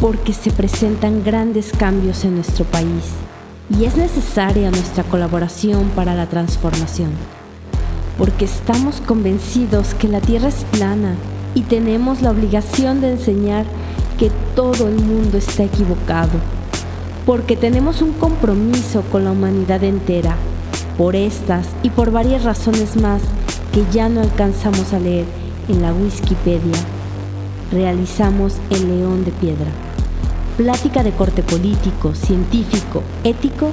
porque se presentan grandes cambios en nuestro país y es necesaria nuestra colaboración para la transformación, porque estamos convencidos que la Tierra es plana y tenemos la obligación de enseñar que todo el mundo está equivocado, porque tenemos un compromiso con la humanidad entera, por estas y por varias razones más que ya no alcanzamos a leer en la Wikipedia. Realizamos El León de Piedra, plática de corte político, científico, ético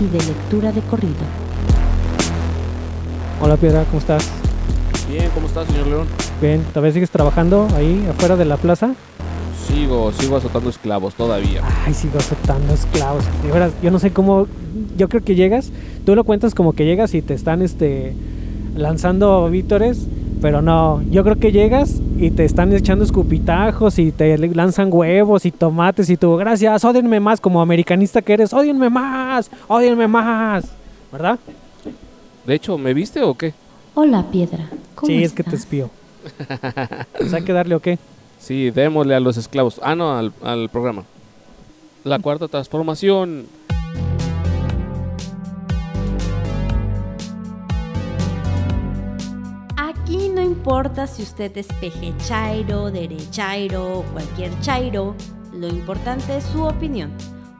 y de lectura de corrido. Hola Piedra, ¿cómo estás? Bien, ¿cómo estás, señor León? Bien, ¿todavía sigues trabajando ahí afuera de la plaza? Sigo, sigo azotando esclavos todavía. Ay, sigo azotando esclavos. De veras, yo no sé cómo. Yo creo que llegas, tú lo cuentas como que llegas y te están este, lanzando vítores, pero no. Yo creo que llegas y te están echando escupitajos y te lanzan huevos y tomates y tú, gracias, ódienme más, como americanista que eres, ódienme más, ódienme más, ¿verdad? De hecho, ¿me viste o qué? Hola, piedra. ¿Cómo sí, estás? es que te espío. ¿Pues hay que darle o qué? Sí, démosle a los esclavos. Ah, no, al, al programa. La cuarta transformación. Aquí no importa si usted es pejechairo, derechairo o cualquier chairo, lo importante es su opinión.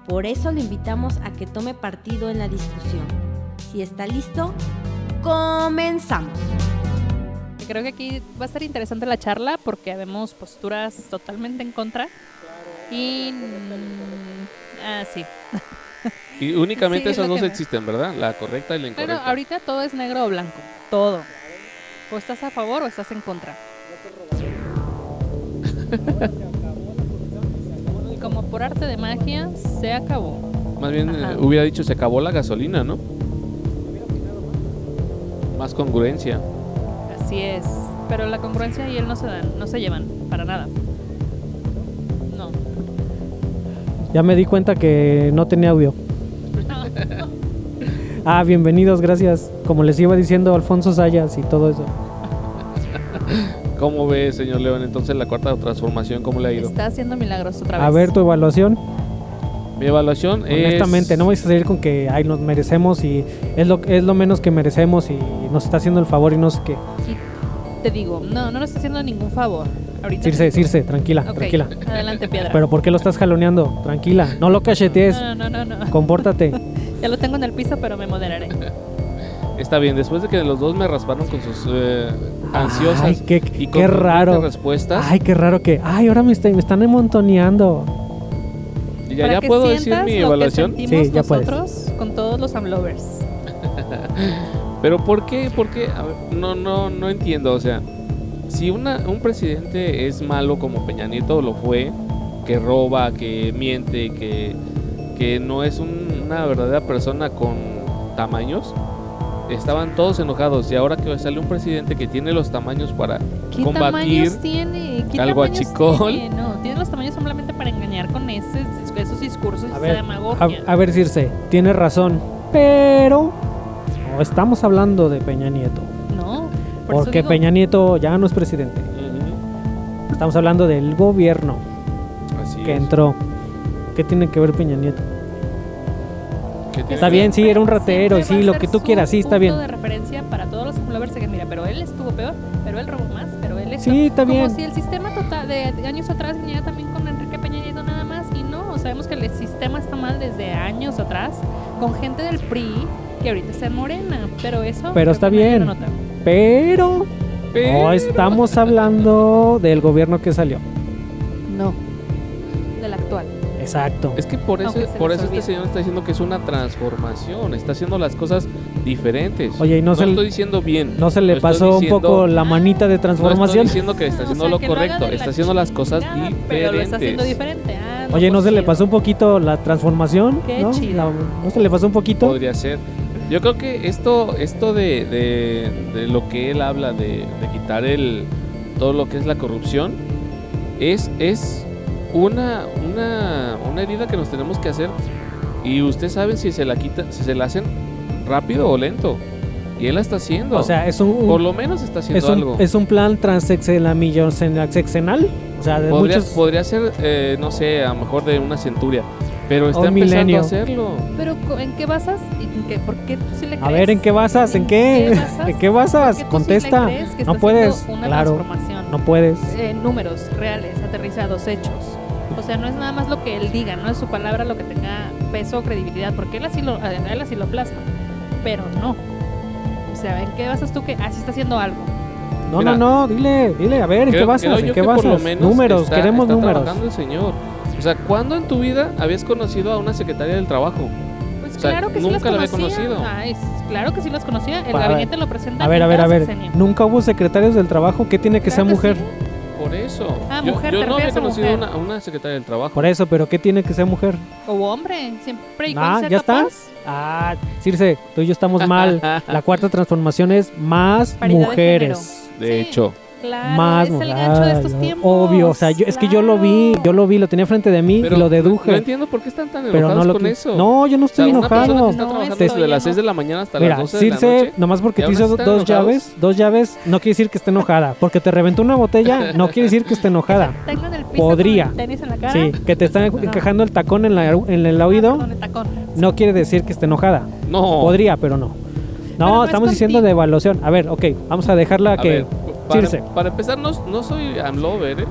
Por eso le invitamos a que tome partido en la discusión. Si está listo, comenzamos. Creo que aquí va a estar interesante la charla porque vemos posturas totalmente en contra. Y. mm, Ah, sí. Y únicamente Sí, es esas lo dos que me- existen, ¿verdad? La correcta y la Pero incorrecta. ahorita todo es negro o blanco. Todo. O estás a favor o estás en contra. Y como por arte de magia, se acabó. Más bien Ajá. eh, hubiera dicho se acabó la gasolina, ¿no? Más congruencia. Así es. Pero la congruencia y él no se dan, no se llevan para nada. No. Ya me di cuenta que no tenía audio. Ah, bienvenidos, gracias. Como les iba diciendo Alfonso Sayas y todo eso. ¿Cómo ve, señor León, entonces la cuarta transformación? ¿Cómo le ha ido? Está haciendo milagros otra vez. A ver tu evaluación. Mi evaluación es... Honestamente, no vais a salir con que ay, nos merecemos y es lo, es lo menos que merecemos y nos está haciendo el favor y no sé qué. Te digo, no, no nos está haciendo ningún favor. Ahorita. Circe, Circe, tranquila, Ok, tranquila. Adelante, piedra. Pero ¿por qué lo estás jaloneando? Tranquila, no lo cachetees, no, no, no, no, no. compórtate. Ya lo tengo en el piso, pero me moderaré. Está bien, después de que los dos me rasparon con sus eh, ansiosas Ay, qué, y qué contundentes raro. respuestas, Ay, qué raro que. Ay, ahora me, está- me están amontoneando. y ya, Para ya que puedo decir sientas mi lo que evaluación. sentimos Sí, ya puedes. nosotros con todos los amlovers. Pero ¿por qué? ¿Por qué? A ver, no, no, no entiendo. O sea, si una, un presidente es malo como Peña Nieto lo fue, que roba, que miente, que, que no es un- una verdadera persona con tamaños, estaban todos enojados. Y ahora que sale un presidente que tiene los tamaños para... ¿Qué Combatir tamaños tiene? ¿Qué al tamaños guachicol. tiene? No, tiene los tamaños simplemente para engañar con ese- esos discursos A de ver, A, demagogia. a ver, Circe, tienes razón, pero. No estamos hablando de Peña Nieto. no, por eso Porque digo, Peña Nieto ya no es presidente. Estamos hablando del gobierno Así que es. entró. ¿Qué tiene que ver Peña Nieto? ¿Qué tiene Está que bien, ver? sí, era un siempre ratero, y va sí, a lo ser que tú su quieras, sí, está bien. punto de referencia para todos los amlovers de que mira, pero él estuvo peor, pero él robó más, pero él esto. Sí, está Como bien. si el sistema total de de años atrás viniera también con Enrique Peña Nieto nada más y no, sabemos que el sistema está mal desde años atrás con gente del PRI que ahorita está en Morena, pero eso Pero creo está que nadie bien. lo nota. Pero Pero- no estamos hablando del gobierno que salió. No. Del actual. Exacto. Es que por eso, Aunque se por les eso este olvide. señor está diciendo que es una transformación, está haciendo las cosas diferentes. Oye, ¿y no no se le- estoy diciendo bien. ¿No se le no estoy pasó un diciendo- poco la manita de transformación? No estoy diciendo que está Ah, o haciendo sea, lo que lo haga correcto, de la está haciendo las cosas chingada, diferentes. Pero lo está haciendo diferente. Ah, Oye, ¿no pues se le chido. pasó un poquito la transformación? Qué ¿No? chido. La- ¿No se le pasó un poquito? Podría ser. Yo creo que esto, esto de, de- de lo que él habla de, de quitar el todo lo que es la corrupción es, es una, una, una herida que nos tenemos que hacer y ustedes saben si se la quita, si se la hacen rápido o lento. Y él la está haciendo. O sea, es un, un- por lo menos está haciendo es, un algo. es un plan transexenal O sea, de Podría, muchos. podría ser, eh, no sé, a lo mejor de una centuria. Pero está un empezando milenio. a hacerlo. Pero co- ¿en qué basas? ¿Y en qué- ¿Por qué tú sí le crees? A ver, ¿en qué basas? ¿En qué? basas? ¿En qué ¿Por basas? qué tú sí le Contesta. crees que No está puedes. haciendo Una Claro, transformación? no puedes. Eh, números reales, aterrizados, hechos. O sea, no es nada más lo que él diga, no es su palabra lo que tenga peso o credibilidad, porque él así lo, a- él así lo plasma. Pero no. O sea, ¿en qué basas tú que así está haciendo algo? No, Mira. no, no, dile, dile, a ver, ¿en Creo- qué creo basas? ¿En yo qué que por lo basas? menos Números, está- queremos está números. trabajando el señor. O sea, ¿cuándo en tu vida habías conocido a una secretaria del trabajo? Pues O sea, claro que sí las nunca la había conocía. conocido. Ay, s- claro que sí las conocía. El Para- gabinete lo presenta. A ver, a ver, a cada ver. sexenio. Nunca hubo secretarios del trabajo. ¿Qué tiene que Claro ser mujer? sí. Por eso. Ah, yo mujer, yo te no había refieres a conocido a mujer. una, a una secretaria del trabajo. Por eso, pero ¿qué tiene que ser mujer? O hombre, siempre y Ah, cuando sea ¿ya está? capaz. Ah, Circe, tú y yo estamos mal. La cuarta transformación es más Paridad de mujeres. De Sí. hecho. Claro, más es el mujeres. gancho de estos Ah, tiempos. Obvio, o sea, yo- es que yo lo vi, yo lo vi, lo tenía frente de mí Pero y lo No, deduje. entiendo por qué están tan pero enojados no lo con que- eso. O No, yo no sea, estoy una persona enojado. que está No, trabajando estoy desde las enojado. 6 de la mañana hasta Mira, las 12 de la Circe, noche. nomás porque ¿Y te aún hizo así dos están enojados? llaves, dos llaves, no quiere decir que esté enojada. Porque te reventó una botella, no quiere decir que esté enojada. Tengan el piso Podría. con el tenis en la cara. Sí, que te están encajando el tacón en, la- en el Ah, oído, perdón, el tacón. no quiere decir que esté enojada. No. Podría, pero no. No, Pero no es estamos diciendo contigo. de evaluación. A ver, ok, vamos a dejarla A que. ver, para, Circe. para empezar, no, no soy Amlover, ¿eh?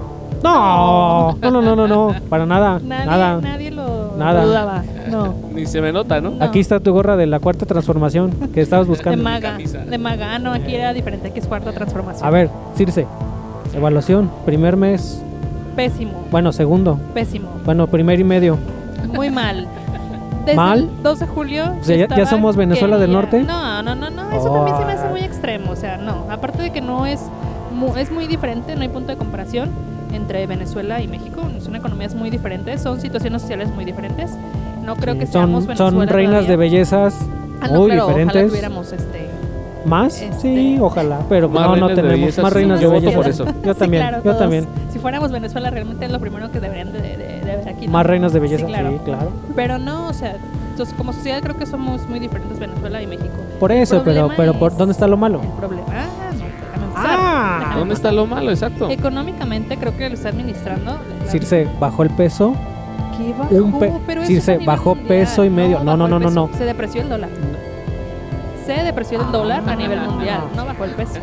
No, no, no, no, no, no, para nada, Nadie, nada. nadie lo Nada. lo dudaba. No. Ni se me nota, ¿no? No. Aquí está tu gorra de la cuarta transformación que estabas De buscando. maga. camisa. De maga. Ah, no, aquí era diferente. Aquí es cuarta transformación. A ver, Circe, evaluación, primer mes, Pésimo. bueno, segundo, Pésimo. bueno, primer y medio. Muy mal. Desde ¿Mal? el 2 de julio. sea, ya- ya estaba somos Venezuela del querida. Norte. No, no, no, no. Eso también se me hace Oh. muy extremo. O sea, no. Aparte de que no es. mu- Es muy diferente, no hay punto de comparación entre Venezuela y México. Son economías muy diferentes, son situaciones sociales muy diferentes. No creo que Sí, son, seamos Venezuela son reinas todavía. de bellezas Ah, no, muy claro, ojalá diferentes. tuviéramos, este, ¿Más? este- Sí, ojalá, pero Más no, no reinas de tenemos bellezas, más sí, reinas yo de voto bellezas. por eso. Yo Sí, también, claro, yo todos. también. Si fuéramos Venezuela, realmente es lo primero que deberían de, de- de ver aquí. ¿no? Más reinas de belleza, Sí, claro. sí, claro. Pero no, o sea, entonces, como sociedad creo que somos muy diferentes Venezuela y México. Por eso, pero, problema pero por, es- ¿dónde está lo malo? El problema. Ah, no, déjame empezar. Ah. Déjame ¿Dónde está empezar. lo malo? Exacto. Económicamente creo que lo está administrando. la- Circe bajó el peso. ¿Qué bajó? un pe- Pero eso sí, es se a nivel bajó peso y medio. No, bajó no, el no, Ah, no, peso. Se depreció el dólar. Se depreció el dólar a nivel mundial. No bajó el peso.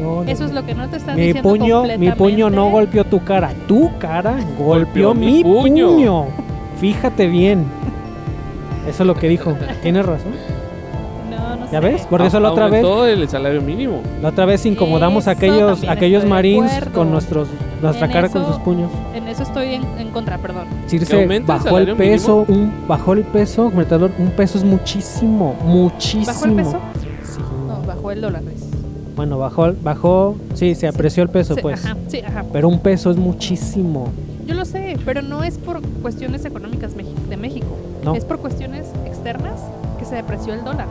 No, no, Eso no. es lo que no te están mi diciendo puño, mi completamente. puño no golpeó tu cara, tu cara golpeó Golpeó mi mi puño. puño. Fíjate bien. Eso es lo que dijo. Tienes razón. No, no ¿Ya sé. ves? Porque eso Ah, la otra vez, Todo el salario mínimo. la otra vez incomodamos a Eso aquellos, también aquellos estoy de marines acuerdo. con nuestros, nuestra En cara con eso- sus puños. En eso estoy en, en contra, perdón. Circe aumente el bajó el salario peso, un, bajó el peso, Mertador, un peso es muchísimo, muchísimo. ¿Bajó el peso? Sí. No, bajó el dólar. pues. Bueno, bajó, bajó, sí, se apreció el peso, Sí, pues. Ajá, sí, ajá. Pero un peso es muchísimo. Yo lo sé, pero no es por cuestiones económicas Mex- de México. No. Es por cuestiones externas que se depreció el dólar.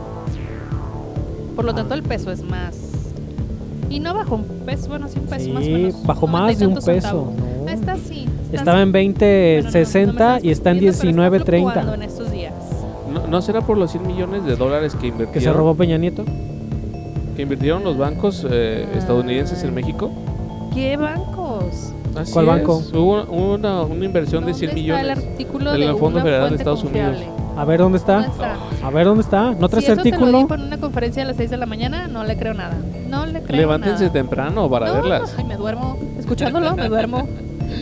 Por Ah. lo tanto, el peso es más. Y no bajó un peso, bueno, sí un peso más o Sí, menos. bajó 90 y más de un tantos peso. centavos. ¿no? Ah, Está sí. está Estaba en sí. Bueno, no, no me 20.60 estás y está en entendiendo, pero está fluctuando 19.30. en estos días. ¿No, no será por los 100 millones de dólares que Que se invirtieron, robó Peña Nieto. que invirtieron los bancos eh, estadounidenses en México? ¿Qué bancos? Así ¿Cuál es, banco? Hubo una, una inversión de ¿Dónde 100 está el millones. artículo del de Fondo una Federal de fuente Estados Unidos. confiable? A ver dónde ¿Dónde está. está? A ver dónde está. ¿No traes si eso Te lo artículo? di por una conferencia a las 6 de la mañana, no le creo nada. No le creo Levántense nada. temprano para No, verlas. Ay, me duermo. Escuchándolo, me duermo.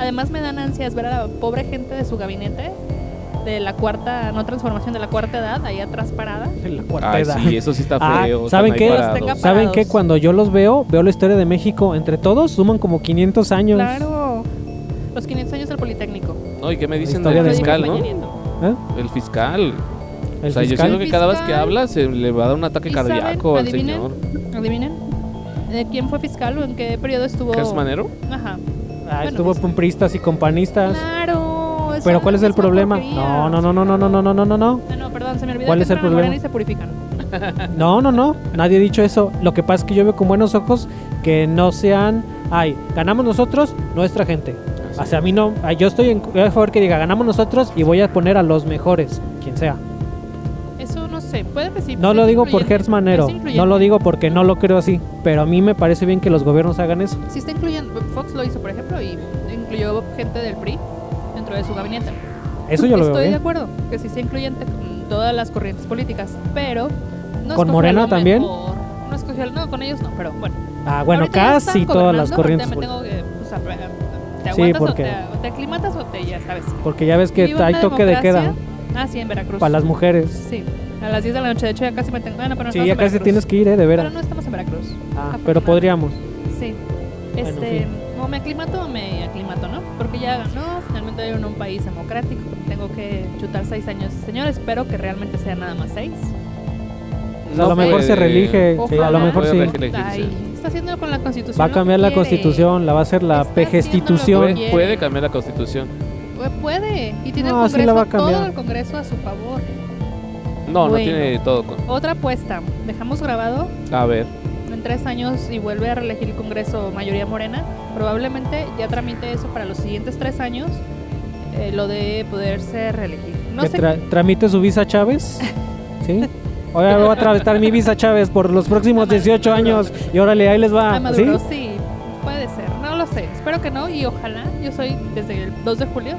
Además, me dan ansias ver a la pobre gente de su gabinete, de la cuarta, no transformación, de la cuarta edad, ahí atrás parada. En la cuarta Ay, edad. sí, eso sí está Ah, feo. están ¿saben ahí qué? Los parados. tenga- ¿Saben Parados. qué? Cuando yo los veo, veo la historia de México. Entre todos suman como 500 años. Claro. Los 500 años del Politécnico. No, ¿y qué me dicen historia del de- fiscal, Peña no? Nieto. ¿Eh? El fiscal. El o sea, yo fiscal. siento que cada vez que Fiscal. habla se le va a dar un ataque ¿Y saben? cardíaco al Adivinen. señor. Adivinen. ¿De quién fue fiscal o en qué periodo estuvo? ¿Gers Manero? Ajá. Ah, bueno, estuvo fiscal. con pristas y con panistas. Claro. eso Pero ¿cuál es el una problema? porquería. No, no, no, no, no, no, no, no, no, no, no. Ah, no, perdón, se me olvidó ¿Cuál que es el entran a Morena problema? y se purifican. No, no, no, nadie ha dicho eso. Lo que pasa es que yo veo con buenos ojos que no sean, ay, ganamos nosotros, nuestra gente. O sea, a mí no, ay, yo estoy en, yo a favor que diga, ganamos nosotros y voy a poner a los mejores, quien sea. Eso no sé. influyente. Puede que sí. No pues es lo digo influyente, porque es manero, es no lo influyente. digo porque no lo creo así, pero a mí me parece bien que los gobiernos hagan eso. Sí está incluyendo. Fox lo hizo, por ejemplo, y incluyó gente del PRI dentro de su gabinete. Eso yo lo Estoy veo de bien. acuerdo, que sí sea incluyente con todas las corrientes políticas, pero... No ¿Con escogió Morena lo también? mejor, no escogió, el- no, con ellos no, pero bueno. Ah, bueno, Ahorita ya están casi todas las gobernando, corrientes. ahorita me tengo que, o sea, te Sí, aguantas o porque- te, o te aclimatas o te, ya sabes. Porque ya ves que Vivo en hay una toque de queda democracia. Ah, sí, en Veracruz. para las mujeres. Sí, a las 10 de la noche, de hecho ya casi me tengo... Bueno, pero no Sí, estamos ya en casi Veracruz. tienes que ir, eh, de Pero veras. no estamos en Veracruz. Ah, pero afortunadamente. podríamos. Sí. en Este, fin. o me aclimato o me aclimato, ¿no? Porque ya ganó, finalmente hay en un país democrático. Tengo que chutar seis años, señor. Espero que realmente sea nada más seis. O sea, a lo mejor se puede. reelige, sí, a Ojalá. lo mejor Puede sí. reelegir. Ay, está haciendo con la constitución. Va a lo cambiar que la quiere. constitución, la va a hacer la Está haciendo pejestitución. lo que Puede, puede cambiar la constitución. Pu- Puede. Y tiene No, el sí la Congreso, va a cambiar. todo el Congreso a su favor. No, no Bueno. tiene todo. con- Otra apuesta. Dejamos grabado A ver, en tres años y vuelve a reelegir el Congreso mayoría morena, probablemente ya tramite eso para los siguientes tres años, eh, lo de poderse reelegir. No que sé, tra- tramite su visa Chávez. ¿Sí? Ahora voy a tramitar mi visa Chávez por los próximos Maduro. 18 años. Y órale, ahí les a va. Ah, ¿Sí? Maduro, ¿sí? puede ser, no lo sé, espero que no y ojalá, yo soy desde el 2 de julio,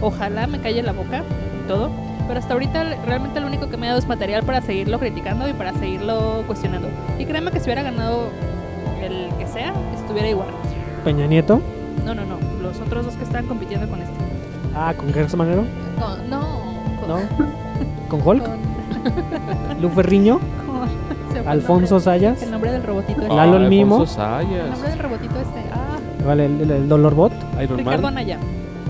ojalá me calle la boca y todo, pero hasta ahorita realmente lo único que me ha dado es material para seguirlo criticando y para seguirlo cuestionando. Y créeme que si hubiera ganado el que sea, estuviera igual. Peña Nieto. No, no, no, los otros dos que estaban compitiendo con este. Ah, con Gerson Manero. No, no. con- ¿No? Con Hulk. Lu Ferriño. Con- se me fue el Alfonso nombre- Sayas. El nombre del robotito este. Ah. Lalo el Mimo. Alfonso El Sayas, nombre del robotito este. Ah, Vale, el, el- el Dolor Bot. Iron Man. Ricardo Anaya.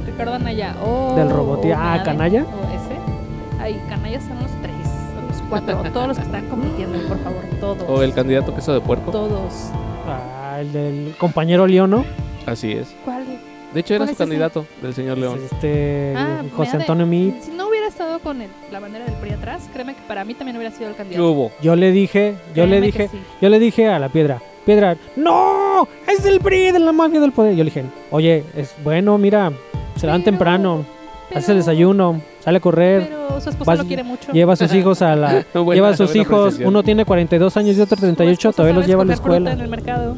Ricardo Anaya. Oh, Del robotito. o Ah, Nade, ¿Canalla? o ese. Ay, canallas son los tres. Son los cuatro. todos los que están compitiendo, por favor. Todos. O Oh, el candidato queso de puerco. Todos. Ah, el del compañero Leono. Así es. ¿Cuál? De hecho, era ¿Cuál su es ese? candidato del señor León. Este, Ah, José Nade. Antonio Meade. Si no hubiera estado con el- la bandera del PRI atrás, créeme que para mí también hubiera sido el ¿Qué candidato. hubo? Yo le dije, yo le Créeme que dije, sí. yo le dije a la piedra, piedra, no, es el PRI de la mafia del poder. Yo le dije, oye, es bueno, mira, se dan Pero- temprano, hace pero- el desayuno, sale a correr, Pero su esposa Vas- lo quiere mucho. lleva a sus hijos a la, Buena- lleva a sus buena hijos, apreciación. uno tiene 42 años y otro Su 38, esposa todavía los sabe lleva a la escoger fruta escuela. En el mercado.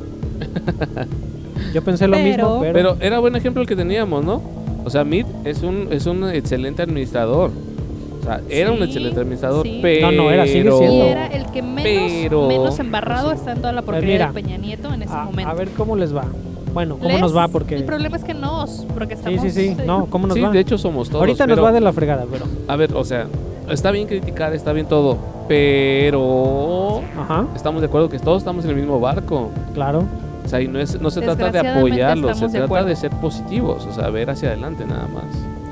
Yo pensé lo mismo, Pero- pero, Pero era buen ejemplo el que teníamos, ¿no? O sea, Mid es un, es un excelente administrador. O sea, era un Sí, excelente administrador, sí. pero... No, no, era, sigue Y siendo. era el que menos, Pero- menos embarrado está en toda la porquería Pues mira, de Peña Nieto en ese a, este momento. a ver cómo les va. Bueno, cómo ¿Les? nos va El porque problema es que nos, porque Sí, estamos... sí, sí, eh, no, cómo nos Sí, va. de hecho somos todos. Ahorita pero- nos va de la fregada, pero A ver, o sea, está bien criticar, está bien todo, pero... ajá, Estamos de acuerdo que todos estamos en el mismo barco. claro. O sea, y no, es, no se trata de Desgraciadamente apoyarlos, se estamos de trata acuerdo. de ser positivos, o sea, ver hacia adelante nada más.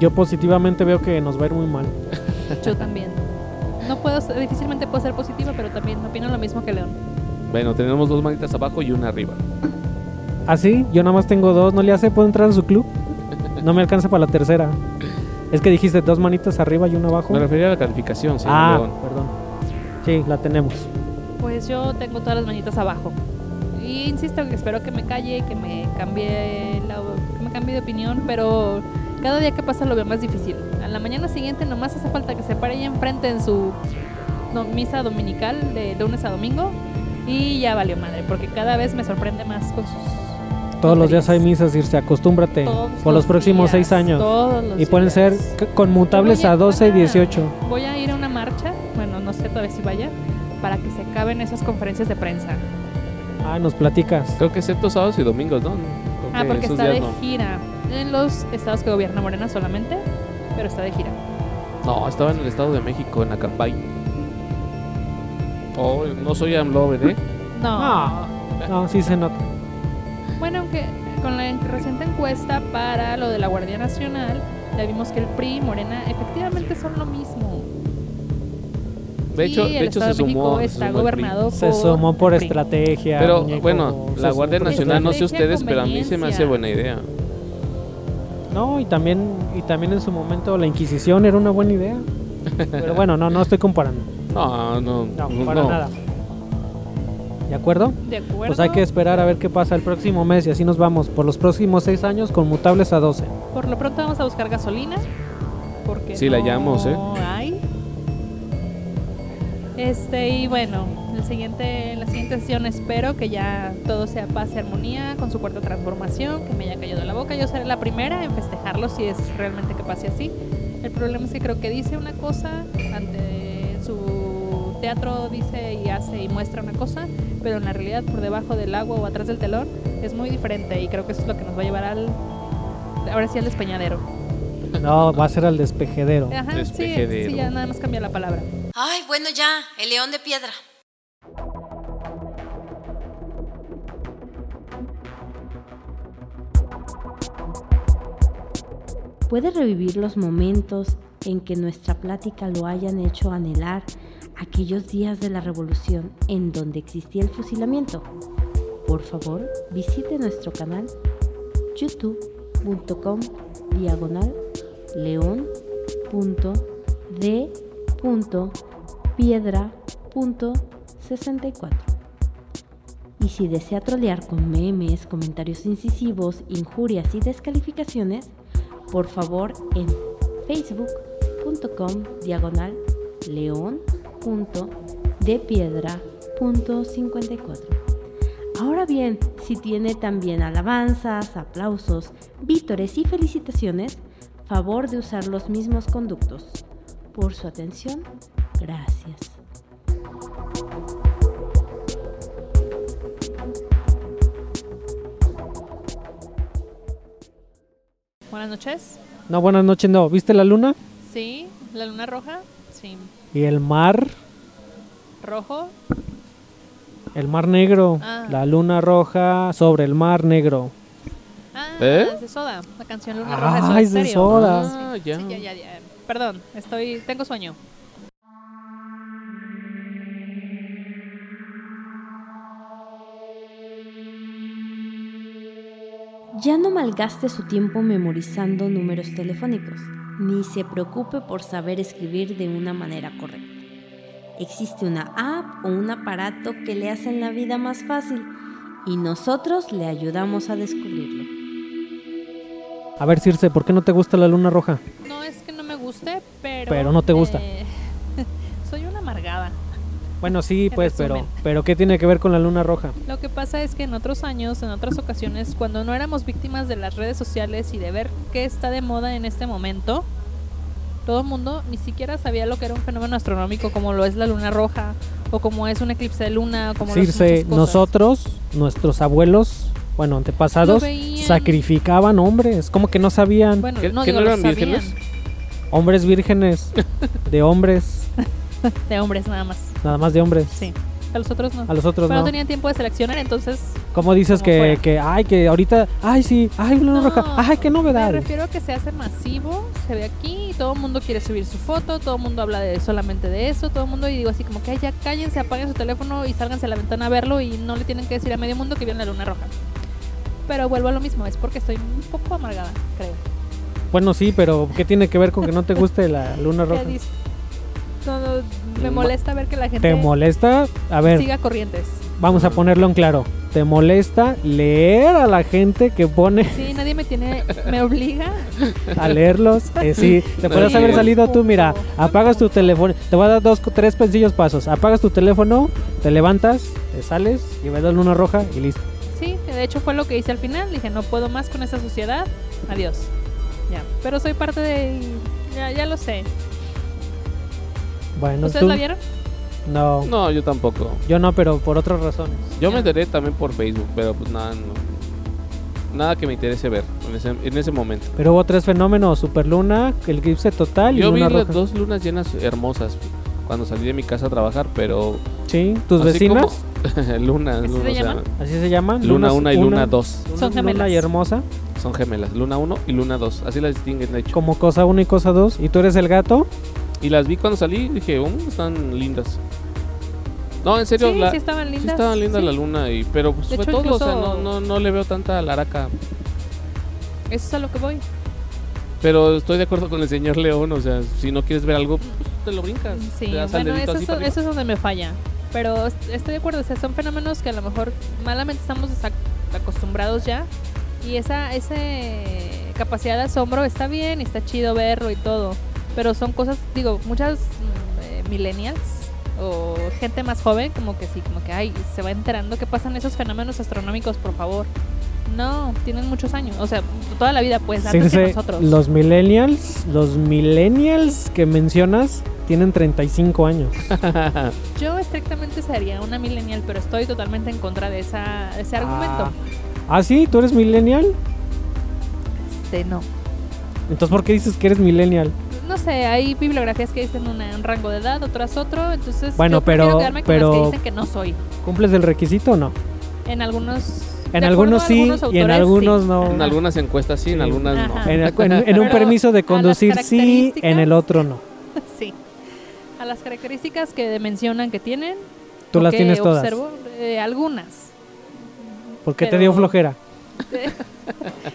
Yo positivamente veo que nos va a ir muy mal. Yo también. No puedo, ser- difícilmente puedo ser positiva, pero también opino lo mismo que León. Bueno, tenemos dos manitas abajo y una arriba. Así, Ah, yo nada más tengo dos, no le hace, puedo entrar a su club. No me alcanza para la tercera. Es que dijiste dos manitas arriba y una abajo. Me refería a la calificación, señor ah, León. perdón. Sí, la tenemos. Pues yo tengo todas las manitas abajo. Y insisto que espero que me calle, que me cambie, la, que me cambie de opinión, pero cada día que pasa lo veo más difícil. A la mañana siguiente nomás hace falta que se pare ahí enfrente en su do- misa dominical de lunes a domingo y ya valió madre, porque cada vez me sorprende más con sus Todos los Tonterías. días hay misas, irse, acostúmbrate. todos por los próximos días, seis años. todos los Y pueden días. ser c- conmutables Oye, a 12 y van a- 18. Voy a ir a una marcha, bueno, no sé todavía si vaya, para que se acaben esas conferencias de prensa. Ah, nos platicas. Creo que excepto sábados y domingos, ¿no? Creo Ah, que porque esos está de días gira en los estados que gobierna Morena solamente, pero está de gira. no. No, estaba en el Estado de México, en Acambay. Oh, no soy Amlover, ¿eh? No. Ah. No, sí se nota. Bueno, aunque con la reciente encuesta para lo de la Guardia Nacional, ya vimos que el PRI y Morena efectivamente son lo mismo. De Sí, hecho, de el hecho Estado se de México sumó. se está sumó el PRI. gobernado Se sumó por el PRI. estrategia. Pero muñeco, bueno, se la sumó Guardia por Nacional, no sé estrategia, ustedes, pero a mí se me hace conveniencia. buena idea. estrategia. No, y también, y también en su momento la Inquisición era una buena idea. Pero bueno, no, no estoy comparando. No, no, Pues no. No, para nada. ¿De acuerdo? De acuerdo. Pues hay que esperar a ver qué pasa el próximo mes y así nos vamos por los próximos seis años con mutables a 12. Por lo pronto vamos a buscar gasolina. Porque Sí, la no hallamos, ¿eh? hay. Este, y bueno, el siguiente, la siguiente sesión espero que ya todo sea paz y armonía con su cuarta transformación, que me haya caído la boca. Yo seré la primera en festejarlo si es realmente que pase así. El problema es que creo que dice una cosa, ante su teatro dice y hace y muestra una cosa, pero en la realidad por debajo del agua o atrás del telón es muy diferente y creo que eso es lo que nos va a llevar al, ahora sí al despeñadero. No, va a ser al despejedero. Ajá, sí, Despejedero. sí, ya nada más cambia la palabra. Ay, bueno ya, el león de piedra. Puede revivir los momentos en que nuestra plática lo hayan hecho anhelar aquellos días de la revolución en donde existía el fusilamiento. Por favor, visite nuestro canal youtube.com diagonal león punto de punto piedra punto 64. Y si desea trolear con memes, comentarios incisivos, injurias y descalificaciones, por favor en facebook.com diagonal león.depiedra.54. Ahora bien, si tiene también alabanzas, aplausos, vítores y felicitaciones, favor de usar los mismos conductos. Por su atención, gracias. Buenas noches. No, buenas noches, no. ¿Viste la luna? Sí, la luna roja. Sí, Y el mar, rojo. el mar negro. Ah. La luna roja sobre el mar negro. Ah, ¿Eh? es de soda. La canción Luna Ah, Roja de Soda es de Stereo. Soda. Ah, Sí, ya. sí, ya, ya, ya. Perdón, estoy, tengo sueño. Ya no malgaste su tiempo memorizando números telefónicos, ni se preocupe por saber escribir de una manera correcta. Existe una app o un aparato que le hacen la vida más fácil y nosotros le ayudamos a descubrirlo. A ver, Circe, ¿por qué no te gusta la luna roja? No es que no me guste, pero. Pero no te gusta. eh, soy una amargada. Bueno, sí, En pues, pero, resumen. pero ¿qué tiene que ver con la luna roja? Lo que pasa es que en otros años, en otras ocasiones, cuando no éramos víctimas de las redes sociales y de ver qué está de moda en este momento, todo el mundo ni siquiera sabía lo que era un fenómeno astronómico como lo es la luna roja o como es un eclipse de luna, o como lo es Circe, muchas cosas. nosotros, nuestros abuelos, bueno, antepasados, Lo veían. sacrificaban hombres. Como que no sabían. Bueno, ¿Que- no, que digo, no lo eran vírgenes? sabían. Hombres vírgenes, de hombres, De hombres nada más. nada más de hombres. Sí. A los otros no. A los otros Pero no no. tenían tiempo de seleccionar, entonces. ¿Cómo dices Como que, fuera. que, ay, que ahorita, ay, sí, ay, luna roja, ay, qué novedad? Me refiero a que se hace masivo, se ve aquí, y todo el mundo quiere subir su foto, todo el mundo habla de solamente de eso, todo el mundo, y digo así como que "Ay, ya cállense, apaguen su teléfono y sálganse a la ventana a verlo y no le tienen que decir a medio mundo que viene la luna roja. Pero vuelvo a lo mismo, es porque estoy un poco amargada, creo. Bueno, sí, pero ¿qué tiene que ver con que no te guste la luna roja? ¿Qué dices? No, no, me Mm. molesta ver que la gente ¿Te molesta? A ver, siga corrientes. vamos a ponerlo en claro. ¿Te molesta leer a la gente que pone Sí, nadie me tiene, me obliga. a leerlos? Eh, sí, te podrías Sí. haber salido tú, mira, apagas tu teléfono, te voy a dar dos, tres sencillos pasos. Apagas tu teléfono, te levantas, te sales y ves la luna roja y listo. Sí, que de hecho fue lo que hice al final. Dije, no puedo más con esa sociedad. Adiós. Ya. Pero soy parte de. Ya, ya lo sé. Bueno, ¿Ustedes tú- la vieron? No, No, yo tampoco. yo no, pero por otras razones. Yo me enteré también por Facebook, pero pues nada, no- nada que me interese ver en ese, en ese momento. Pero hubo tres fenómenos, superluna, el eclipse total y Yo vi luna las roja. dos lunas llenas hermosas cuando salí de mi casa a trabajar, pero... Sí, tus así como- vecinas, lunas, ¿Así lunas, se o sea, llaman? así se llaman. luna lunas 1 y luna 2. Luna- Son Luna gemelas. y hermosa, Son gemelas, luna 1 y luna 2. Así las distinguen, de hecho. como cosa uno y cosa dos. Y tú eres el gato. Y las vi cuando salí y dije, "Mm, están lindas. No, en serio, Sí, la- sí estaban lindas. sí estaban lindas Sí. la luna, y, pero pues De fue hecho, todo, o sea, incluso- no, no, no le veo tanta laraca. Eso es a lo que voy. Pero estoy de acuerdo con el señor León, o sea, si no quieres ver algo, pues, te lo brincas. Mm, Sí, te das al bueno, dedito eso, así es- para arriba. eso es donde me falla. Pero est- estoy de acuerdo, o sea, son fenómenos que a lo mejor malamente estamos desac- acostumbrados ya. Y esa ese capacidad de asombro está bien y está chido verlo y todo. Pero son cosas, digo, muchas mm, eh, millennials o gente más joven, como que sí, como que ay, se va enterando que pasan esos fenómenos astronómicos, por favor. No, tienen muchos años, o sea, toda la vida pues, antes que Circe, nosotros. los millennials, los millennials que mencionas tienen 35 años. Yo estrictamente sería una millennial, pero estoy totalmente en contra de esa, de ese argumento. Ah, ¿Ah, sí, tú eres millennial. Este, no. Entonces, ¿por qué dices que eres millennial? No sé, hay bibliografías que dicen una- un rango de edad, otras otro, entonces Bueno, yo prefiero pero- quedarme con las pero- que dicen que no soy. ¿Cumples el requisito o no? En algunos En de algunos acuerdo a sí y en autores, algunos sí. no. En algunas encuestas sí, en Sí. algunas Ajá. no. En, en- en un Ah. Pero permiso a de las conducir sí, en el características- otro no. Sí. A las características que mencionan que tienen. Tú o las que tienes todas. observo, eh, algunas. ¿Por qué te pero- dio flojera?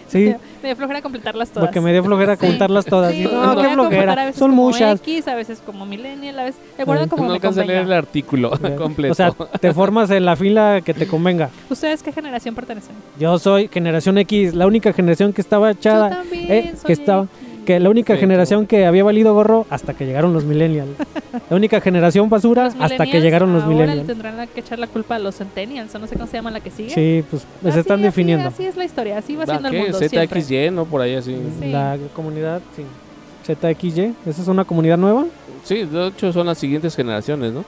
Sí, Me- Me dio flojera completarlas todas. porque me dio flojera Sí. contarlas todas. Sí, Y, porque no, voy qué a comparar a flojera. veces Son como muchas. X, a veces como millennial, a veces. De acuerdo Sí. como no me alcancé a leer el convenga. artículo completo. O sea, te formas en la fila que te convenga. ¿Ustedes qué generación pertenecen? Yo soy generación X, la única generación que estaba echada. Yo también eh, soy que estaba, X. que la única Sí, generación que había valido gorro hasta que llegaron los millennials. La única generación basura Los hasta que millennials llegaron los ahora le millennials. tendrán que echar la culpa a los centennials, o no sé cómo se llama la que sigue. Sí, pues se Así, están así, definiendo. Así, es la historia, así va ¿Va siendo el qué? mundo. siempre. ZXY, ¿no? Por ahí así. Sí. La comunidad, sí. ZXY, esa es una comunidad nueva. Sí, de hecho son las siguientes generaciones, ¿no?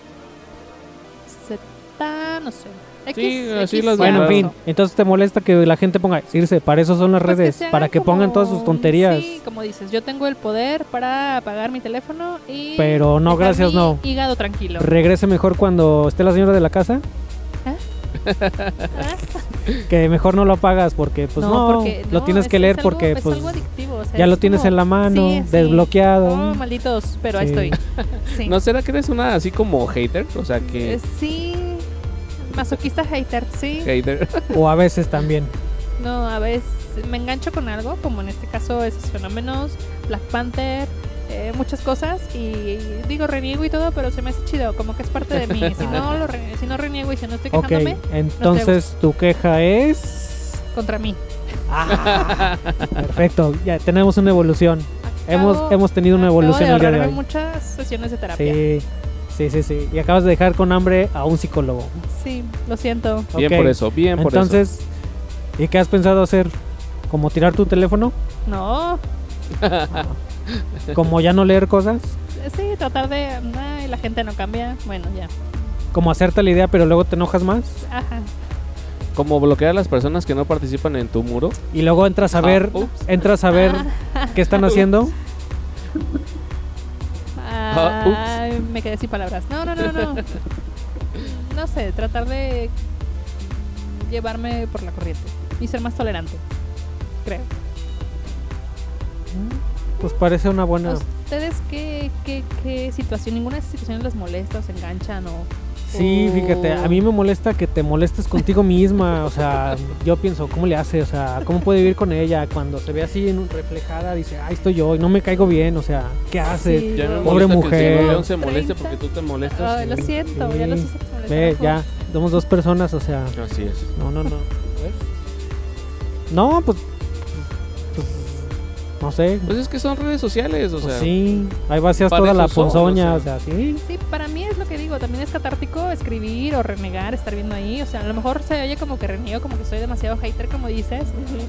Z, no sé. X, Sí, así X, las Bueno, en fin, Claro. entonces te molesta que la gente ponga, irse, para eso son las Pues que redes, se hagan para que pongan como todas sus un- tonterías. Sí, como dices, yo tengo el poder para apagar mi teléfono y. Pero no, dejar gracias, mi no. Hígado tranquilo. Regrese mejor cuando esté la señora de la casa, Ah, que mejor no lo apagas porque pues no, porque- lo no, tienes es- que es leer algo- porque es pues algo adictivo, o sea, ya es lo tienes como- en la mano, sí, sí. desbloqueado. Oh, malditos, pero ahí Sí. estoy. Sí. ¿No será que eres una así como hater? O sea, que... Eh, sí. Masoquista hater, sí. Hater. O a veces también. No, a veces me engancho con algo, como en este caso esos fenómenos, Black Panther, eh, muchas cosas, y digo reniego y todo, pero se me hace chido, como que es parte de mí. Si no, lo re- si no reniego y si no estoy Ok, quejándome, entonces tu queja es... contra mí. Ah, perfecto, ya tenemos una evolución. Hemos, Acabo- hemos tenido una acabo evolución de el día de ahorrarme hoy. muchas sesiones de terapia. Sí, Sí, sí, sí, sí. Y acabas de dejar con hambre a un psicólogo. lo siento. Bien Ok. por eso, bien por eso. Entonces, ¿y qué has pensado hacer? ¿Como tirar tu teléfono? No, ¿Como ya no leer cosas? sí, tratar de. Ay, la gente no cambia. Bueno, ya. ¿Como hacerte la idea pero luego te enojas más? Ajá. Como bloquear a las personas que no participan en tu muro. Y luego entras a ver, Ah, ups. entras a ver qué están haciendo. Ah, ups. Ay, me quedé sin palabras. No, no, no, no. No sé, tratar de llevarme por la corriente y ser más tolerante. Creo. Pues parece una ¿A buena... ustedes qué, qué, qué situación? ¿Ninguna situación les molesta o se enganchan o Sí, fíjate, a mí me molesta que te molestes contigo misma, o sea, yo pienso, ¿cómo le hace? O sea, ¿cómo puede vivir con ella? Cuando se ve así en un- reflejada, dice, ay, estoy yo, y no me caigo bien, o sea, ¿qué hace? Sí. Ah, Ya no me Pobre molesta Que mujer. el León se moleste 30. porque tú te molestas. Ay, lo siento, ya los hice molestar Ve, ojo. ya, somos dos personas, o sea, Así es. no, no, no. No, pues, pues, no sé, Pues es que son redes sociales, o pues sea. sí, ahí vacías para toda la eso son, ponzoña, o o sea, sí. Sí, para mí es lo que digo, también es catártico escribir o renegar, estar viendo ahí, o sea, a lo mejor se oye como que reniego, como que soy demasiado hater, como dices,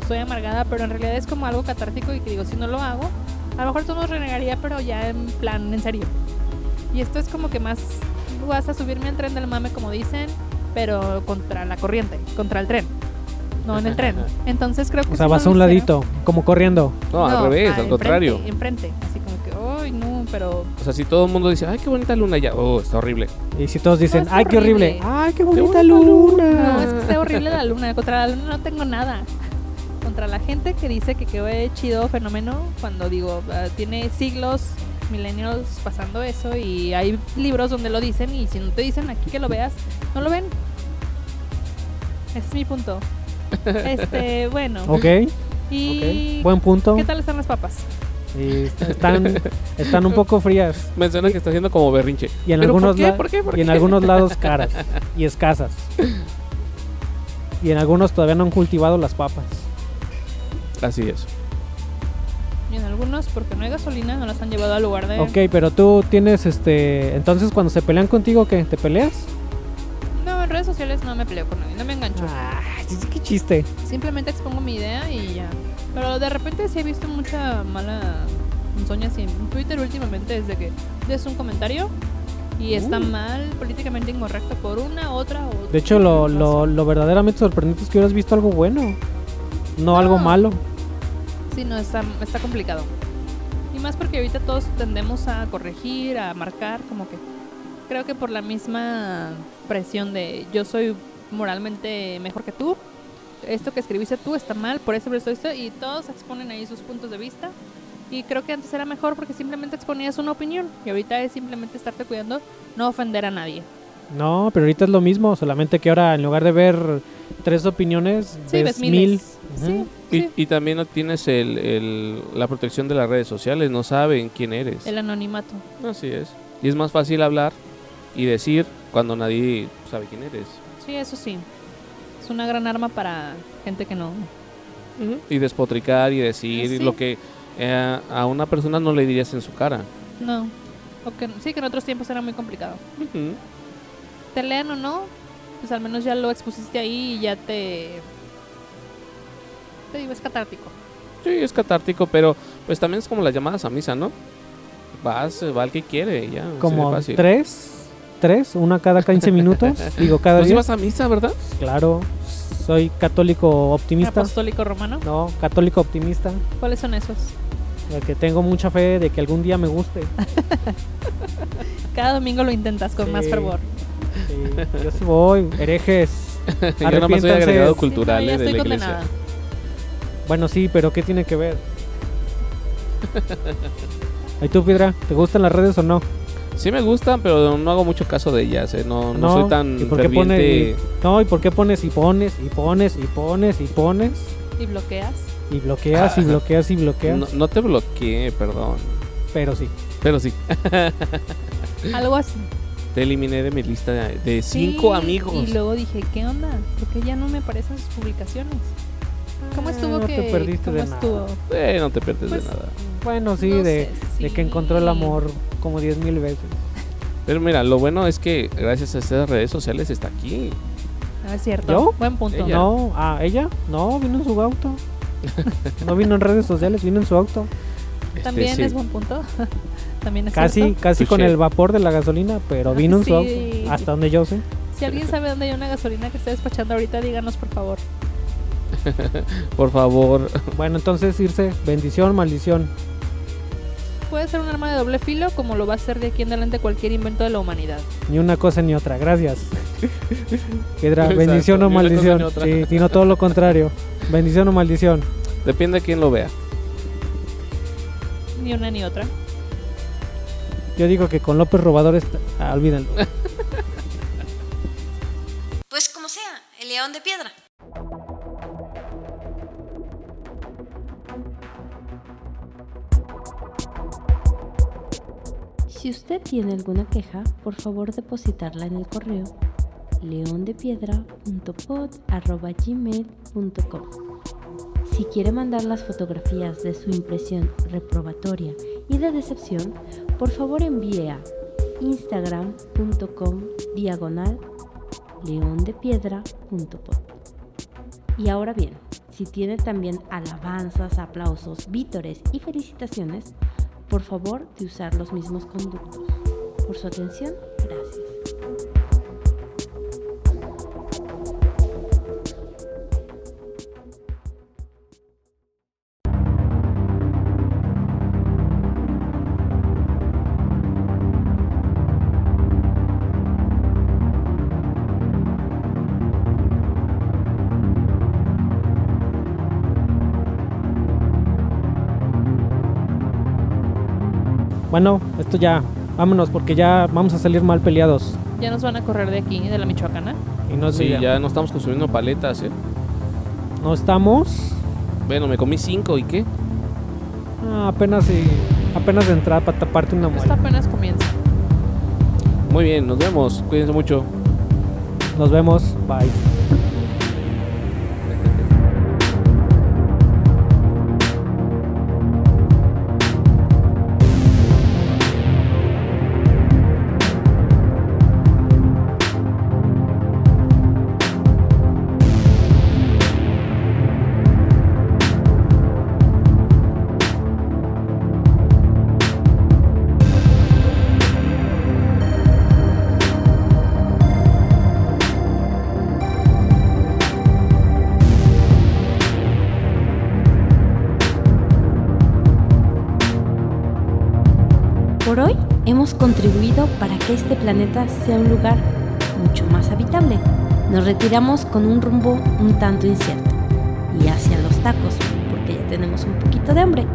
soy amargada, pero en realidad es como algo catártico y que digo, si no lo hago, a lo mejor tú no renegaría, pero ya en plan, en serio. Y esto es como que más, vas a subirme al tren del mame, como dicen, pero contra la corriente, contra el tren, no en el tren. Entonces creo que... O sea, si vas Pues no a lo un hiciera- ladito, como corriendo. No, al No, revés, ah, al contrario. Enfrente, enfrente, así como que, ay, no, pero O sea, si todo el mundo dice, ay, qué bonita luna ya. Oh, está horrible. Y si todos dicen, es ay, qué horrible, horrible. ay, qué bonita bonita luna. No, es que está horrible la luna. Contra la luna no tengo nada. Contra la gente que dice que qué chido fenómeno, cuando digo, ah, tiene siglos, millennials pasando eso y hay libros donde lo dicen y si no te dicen aquí que lo veas, no lo ven. Ese es mi punto. Este, bueno. Ok, Y buen punto. ¿qué tal están las papas? Y están, están un poco frías. Menciona que está haciendo como berrinche. Y en, ¿Pero algunos ¿Por qué? la- ¿Por qué? ¿Por y en qué? algunos lados caras y escasas. Y en algunos todavía no han cultivado las papas. Así es. Y en algunos, porque no hay gasolina, no las han llevado al lugar de. Ok, pero tú tienes este. Entonces, cuando se pelean contigo, ¿qué? ¿Te peleas? No, en redes sociales no me peleo con nadie, no me engancho. Ah, qué chiste. Simplemente expongo mi idea y ya. Pero de repente sí he visto mucha mala soña así en Twitter últimamente desde que des un comentario y está mal, políticamente incorrecto por una, otra o De hecho, lo, lo, lo verdaderamente sorprendente es que hubieras visto algo bueno, no, algo No. malo. Sí, no, está, está complicado. Y más porque ahorita todos tendemos a corregir, a marcar, como que creo que por la misma presión de yo soy moralmente mejor que tú, esto que escribiste tú está mal, por eso por eso, esto, y todos exponen ahí sus puntos de vista. Y creo que antes era mejor porque simplemente exponías una opinión y ahorita es simplemente estarte cuidando, no ofender a nadie. No, pero ahorita es lo mismo, solamente que ahora en lugar de ver tres opiniones, Sí, ves ves mil. miles. Ujú. Sí, Y, sí. y también no tienes el, el- la protección de las redes sociales, no saben quién eres. El anonimato. Así es. Y es más fácil hablar y decir cuando nadie sabe quién eres. Sí, eso sí. Es una gran arma para gente que no, Y despotricar y decir Ah, sí. lo que eh, a una persona no le dirías en su cara. No. O que- sí, que en otros tiempos era muy complicado. Ujú. Te lean o no, pues al menos ya lo expusiste ahí y ya te. Te digo, es catártico. Sí, es catártico, pero pues también es como las llamadas a misa, ¿no? Vas, eh, va el que quiere, y ya. así de Como fácil. tres, tres, una cada 15 minutos, digo cada Tú Pues sí día. vas a misa, ¿verdad? Claro, soy católico optimista. Apostólico romano. No, católico optimista, ¿Cuáles son esos? de que tengo mucha fe de que algún día me guste. Cada domingo lo intentas con más Sí. fervor. Sí, yo sí voy, herejes. Yo nada más soy agregado Arrepiéntanse. cultural Sí, eh, no, ya de estoy la iglesia. condenada. Bueno, sí, pero ¿qué tiene que ver? ¿Y tú, Piedra? ¿Te gustan las redes o no? Sí me gustan, pero no hago mucho caso de ellas, eh, No, no, soy tan ¿Y por qué pone- ferviente. No, ¿y por qué pones y pones y pones y pones y pones? Y bloqueas. Y bloqueas y Ah. bloqueas y bloqueas. No, no te bloqueé, perdón. Pero sí. Pero sí, Algo así. te eliminé de mi lista de, de Sí, cinco amigos. Y luego dije, ¿qué onda? Porque ya no me aparecen sus publicaciones. Ah, ¿Cómo estuvo no que.? te perdiste ¿Cómo de nada. estuvo? Eh, no te pierdes Pues, de nada. Bueno, sí, de, No sé, de que sí. encontró el amor como 10 mil veces. Pero mira, lo bueno es que gracias a estas redes sociales está aquí. No Ah, es cierto. ¿Yo? Buen punto. Ella. No, ah, ¿ella? No, vino en su auto. No vino en redes sociales, vino en su auto. Este, También sí. es buen punto. También es Casi, cierto. casi con Touché. el vapor de la gasolina, pero Ah, vino en sí. su auto. Hasta donde yo sé. Si alguien sabe dónde hay una gasolina que esté despachando ahorita, díganos por favor. Por favor, Bueno, entonces irse, bendición, maldición. Puede ser un arma de doble filo, como lo va a ser de aquí en adelante cualquier invento de la humanidad. Ni una cosa ni otra, gracias. Piedra, Exacto, bendición ni o una cosa maldición. ni otra. Sí, sino todo lo contrario. Bendición o maldición. depende de quién lo vea. Ni una ni otra. Yo digo que con López Robador está. Ah, olvídalo. Pues como sea, el león de piedra. Si usted tiene alguna queja, por favor depositarla en el correo leondepiedra.pod.gmail.com Si quiere mandar las fotografías de su impresión reprobatoria y de decepción, por favor envíe a instagram.com diagonal leondepiedra.pod Y ahora bien, si tiene también alabanzas, aplausos, vítores y felicitaciones, por favor de usar los mismos conductos. Por su atención, gracias. Bueno, esto ya. Vámonos porque ya vamos a salir mal peleados. Ya nos van a correr de aquí, de la Michoacana. Y no Sí, digan, ya no estamos consumiendo paletas, ¿eh? No estamos. Bueno, me comí cinco y qué. Ah, apenas y- apenas de entrada para taparte una Esto muela. apenas comienza. Muy bien, nos vemos. Cuídense mucho. Nos vemos. Bye. Por hoy hemos contribuido para que este planeta sea un lugar mucho más habitable. Nos retiramos con un rumbo un tanto incierto y hacia los tacos, porque ya tenemos un poquito de hambre.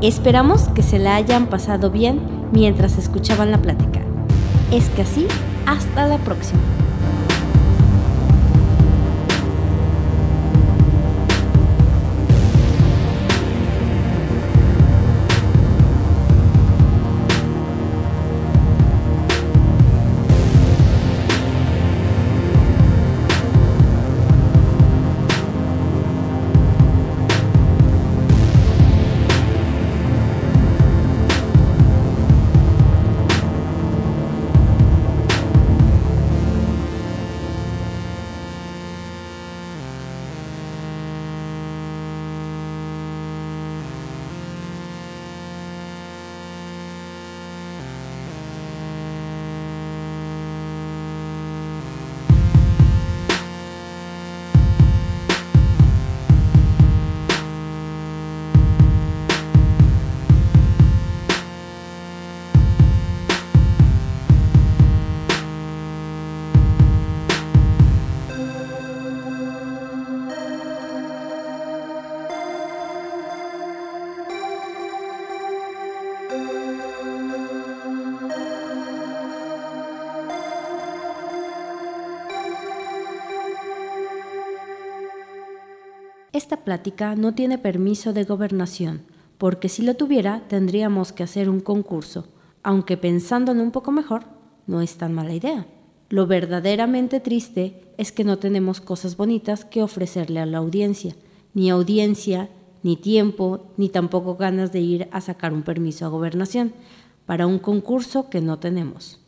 Esperamos que se la hayan pasado bien mientras escuchaban la plática. Es que así, hasta la próxima. Esta plática no tiene permiso de gobernación, porque si lo tuviera tendríamos que hacer un concurso, aunque pensándolo un poco mejor, no es tan mala idea. Lo verdaderamente triste es que no tenemos cosas bonitas que ofrecerle a la audiencia, ni audiencia, ni tiempo, ni tampoco ganas de ir a sacar un permiso a gobernación para un concurso que no tenemos.